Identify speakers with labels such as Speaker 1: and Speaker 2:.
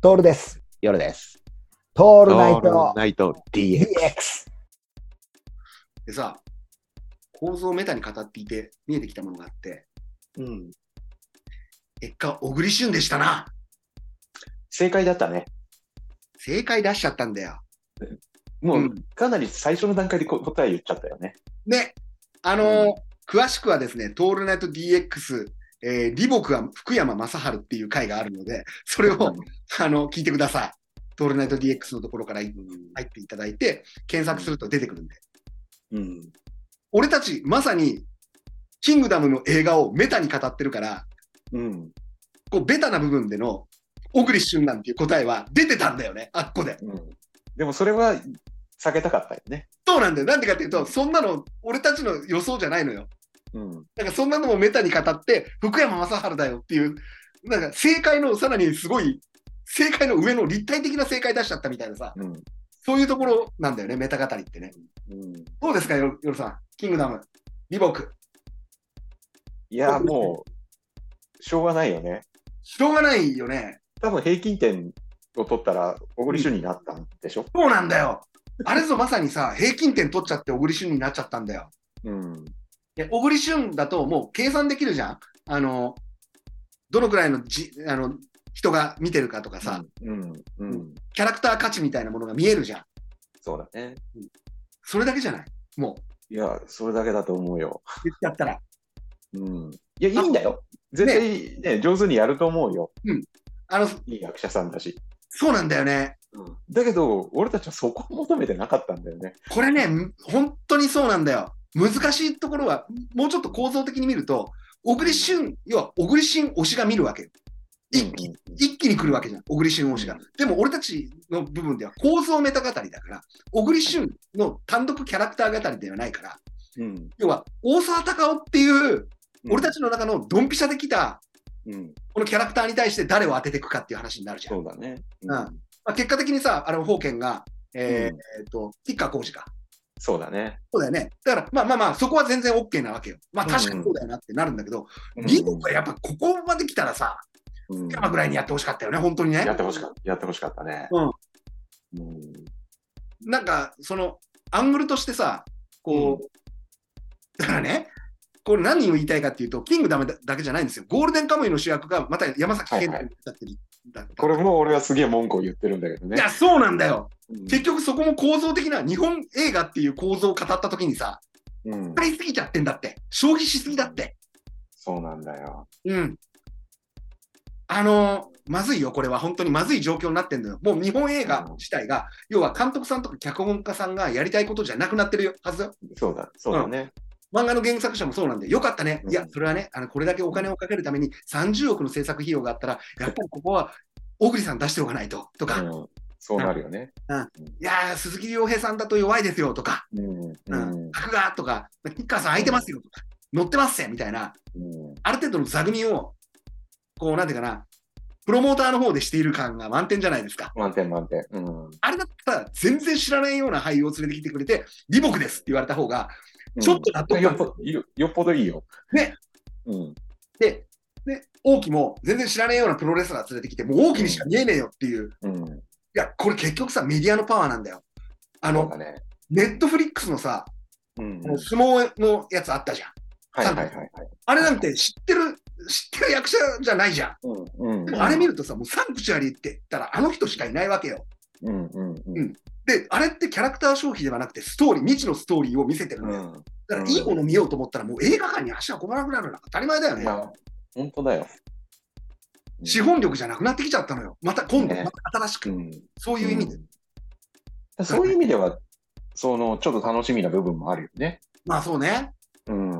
Speaker 1: トールです。
Speaker 2: 夜です。
Speaker 1: ト
Speaker 2: オ
Speaker 1: ールナイト
Speaker 2: ナイト DX。
Speaker 1: DX。
Speaker 3: でさ、構造をメタに語っていて見えてきたものがあって、
Speaker 2: うん。
Speaker 3: 結果、小栗旬でしたな。
Speaker 2: 正解だったね。
Speaker 3: 正解出しちゃったんだよ。
Speaker 2: もう、
Speaker 3: うん
Speaker 2: かなり最初の段階でこ答え言っちゃったよね。
Speaker 3: で、あのー詳しくはですね、トールナイト DX、えー、リボクは福山雅治っていう回があるので、それを、あの、聞いてください。トールナイト DX のところから入っていただいて、検索すると出てくるんで。
Speaker 2: うん。
Speaker 3: 俺たち、まさに、キングダムの映画をメタに語ってるから、
Speaker 2: うん。
Speaker 3: こう、ベタな部分での、小栗旬なんていう答えは出てたんだよね、あっこで。
Speaker 2: うん。でもそれは避けたかったよね。
Speaker 3: そうなんだよ。なんでかっていうと、そんなの、俺たちの予想じゃないのよ。
Speaker 2: うん。
Speaker 3: なんかそんなのもメタに語って、福山雅治だよっていう、なんか正解のさらにすごい、正解の上の立体的な正解出しちゃったみたいなさ、
Speaker 2: うん。
Speaker 3: そういうところなんだよね、メタ語りってね。
Speaker 2: うん、
Speaker 3: どうですか、よるさん。キングダム、リボク。
Speaker 2: いや、もう、しょうがないよね。
Speaker 3: しょうがないよね。
Speaker 2: 多分平均点を取ったら、小栗旬になったんでしょ。
Speaker 3: そうなんだよ。あれぞまさにさ、平均点取っちゃって小栗旬になっちゃったんだよ。
Speaker 2: うん。
Speaker 3: で小栗旬だともう計算できるじゃん。あの、どのくらいのじあの人が見てるかとかさ、
Speaker 2: うん。うん。
Speaker 3: キャラクター価値みたいなものが見えるじゃん。
Speaker 2: そうだね。
Speaker 3: それだけじゃない。もう、
Speaker 2: いや、それだけだと思うよ。
Speaker 3: 言っちゃったら。
Speaker 2: うん。いや、いいんだよ。絶対ね、上手にやると思うよ。
Speaker 3: あの、
Speaker 2: いい役者さんだし。
Speaker 3: そうなんだよね。
Speaker 2: だけど、俺たちはそこを求めてなかったんだよね。
Speaker 3: これね、む本当にそうなんだよ。難しいところは、もうちょっと構造的に見ると、小栗旬、要は小栗旬推しが見るわけよ。一気一気に来るわけじゃん、小栗旬推しが。でも俺たちの部分では構造メタ語りだから、小栗旬の単独キャラクター語りではないから、
Speaker 2: うん、
Speaker 3: 要は大沢たかおっていう、俺たちの中のドンピシャで来た、
Speaker 2: うん、
Speaker 3: このキャラクターに対して誰を当てていくかっていう話になるじゃん。
Speaker 2: そうだね。
Speaker 3: んまあ、結果的にさ、あの、宝剣が、えー
Speaker 2: うん
Speaker 3: えーと、吉川浩司か。
Speaker 2: そうだね。
Speaker 3: そうだよね。だから、まあまあまあ、そこは全然 OK なわけよ。まあ確かにそうだよなってなるんだけど、リボがやっぱここまで来たらさ、
Speaker 2: うん
Speaker 3: 今ぐらいにやってほしかったよね、本当にね
Speaker 2: や。ってほしかった。やってほしかったね。うん。
Speaker 3: なんか、その、アングルとしてさ、こう、だからね、これ何を言いたいかっていうと、キングダムだけじゃないんですよ。ゴールデンカムイの主役がまた山崎賢人になっちゃってる。だった
Speaker 2: これも俺はすげえ文句を言ってるんだけどね。
Speaker 3: いや、そうなんだよ。
Speaker 2: うん
Speaker 3: 結局そこも構造的な、日本映画っていう構造を語った時にさ、
Speaker 2: うん
Speaker 3: 使いすぎちゃってんだって。消費しすぎだって。
Speaker 2: そうなんだよ。
Speaker 3: うん。あのーまずいよ、これは本当にまずい状況になってんのよ。もう日本映画自体が、要は監督さんとか脚本家さんがやりたいことじゃなくなってるよはずよ。
Speaker 2: そうだ、そうだね。
Speaker 3: 漫画の原作者もそうなんで、よかったね。
Speaker 2: うん
Speaker 3: いや、それはね、あのこれだけお金をかけるために30億の制作費用があったら、やっぱりここは小栗さん出しておかないと、とか、
Speaker 2: うんそうなるよね。
Speaker 3: いやー、鈴木亮平さんだと弱いですよ、とか、
Speaker 2: うん。う
Speaker 3: うん
Speaker 2: ん。
Speaker 3: 角が、とか、キッカーさん空いてますよ、とか、乗ってますぜ、みたいな、
Speaker 2: うん
Speaker 3: ある程度の座組を、こう、なんていうかな、プロモーターの方でしている感が満点じゃないですか。
Speaker 2: 満点満点。うん。
Speaker 3: あれだったら全然知らないような俳優を連れてきてくれて、リボクですって言われた方が、ちょっと納得
Speaker 2: うんよっぽどいるよっぽどいいよ。
Speaker 3: ね。
Speaker 2: うん。
Speaker 3: で、で、王毅も全然知らないようなプロレスラー連れてきて、もう王毅にしか見えねえよっていう、い
Speaker 2: うん。
Speaker 3: や、これ結局さ、メディアのパワーなんだよ。あ
Speaker 2: そう
Speaker 3: の
Speaker 2: だ、ね。
Speaker 3: ネットフリックスのさ、
Speaker 2: うん。
Speaker 3: 相撲のやつあったじゃん。
Speaker 2: はいはいはいはい。
Speaker 3: あれなんて知ってる、知ってる役者じゃないじゃ
Speaker 2: うん
Speaker 3: ん。
Speaker 2: う
Speaker 3: で
Speaker 2: ん。
Speaker 3: もあれ見るとさ、もうサンクチュアリーって言ったらあの人しかいないわけよ。
Speaker 2: うんうんうん。
Speaker 3: で、あれってキャラクター消費ではなくて、ストーリー、未知のストーリーを見せてるのよ。
Speaker 2: ん、
Speaker 3: だから、いいもの見ようと思ったら、もう映画館に足運ばなくなるのは当たり前だよね。
Speaker 2: まあ、本当だよ。
Speaker 3: 資本力じゃなくなってきちゃったのよ。また今度、
Speaker 2: ね
Speaker 3: また新し
Speaker 2: う
Speaker 3: く、
Speaker 2: ん、
Speaker 3: そういう意味で。
Speaker 2: うんそういう意味では、そのちょっと楽しみな部分もあるよね。
Speaker 3: まあそうね。
Speaker 2: うん、